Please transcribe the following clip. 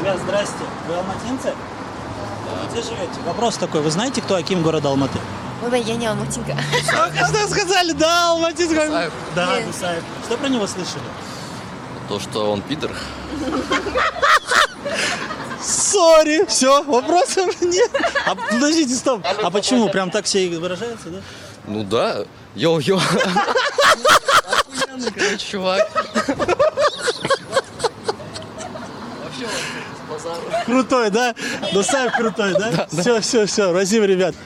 Ребят, здрасте. Вы алматинцы? Где живете? Вопрос такой. Вы знаете, кто Аким город Алматы? Ой, я не алматинка. Что сказали? Да, алматинцы. Гусаев. Да, Нет. Гусаев. Что про него слышали? То, что он пидор. Сори, все, вопросов нет. А, подождите, стоп. А почему? Прям так все и выражаются, да? Ну да. Йо-йо. Охуенный чувак. Крутой, да? Гусаев крутой, да? Все, все, все. Разим, ребят.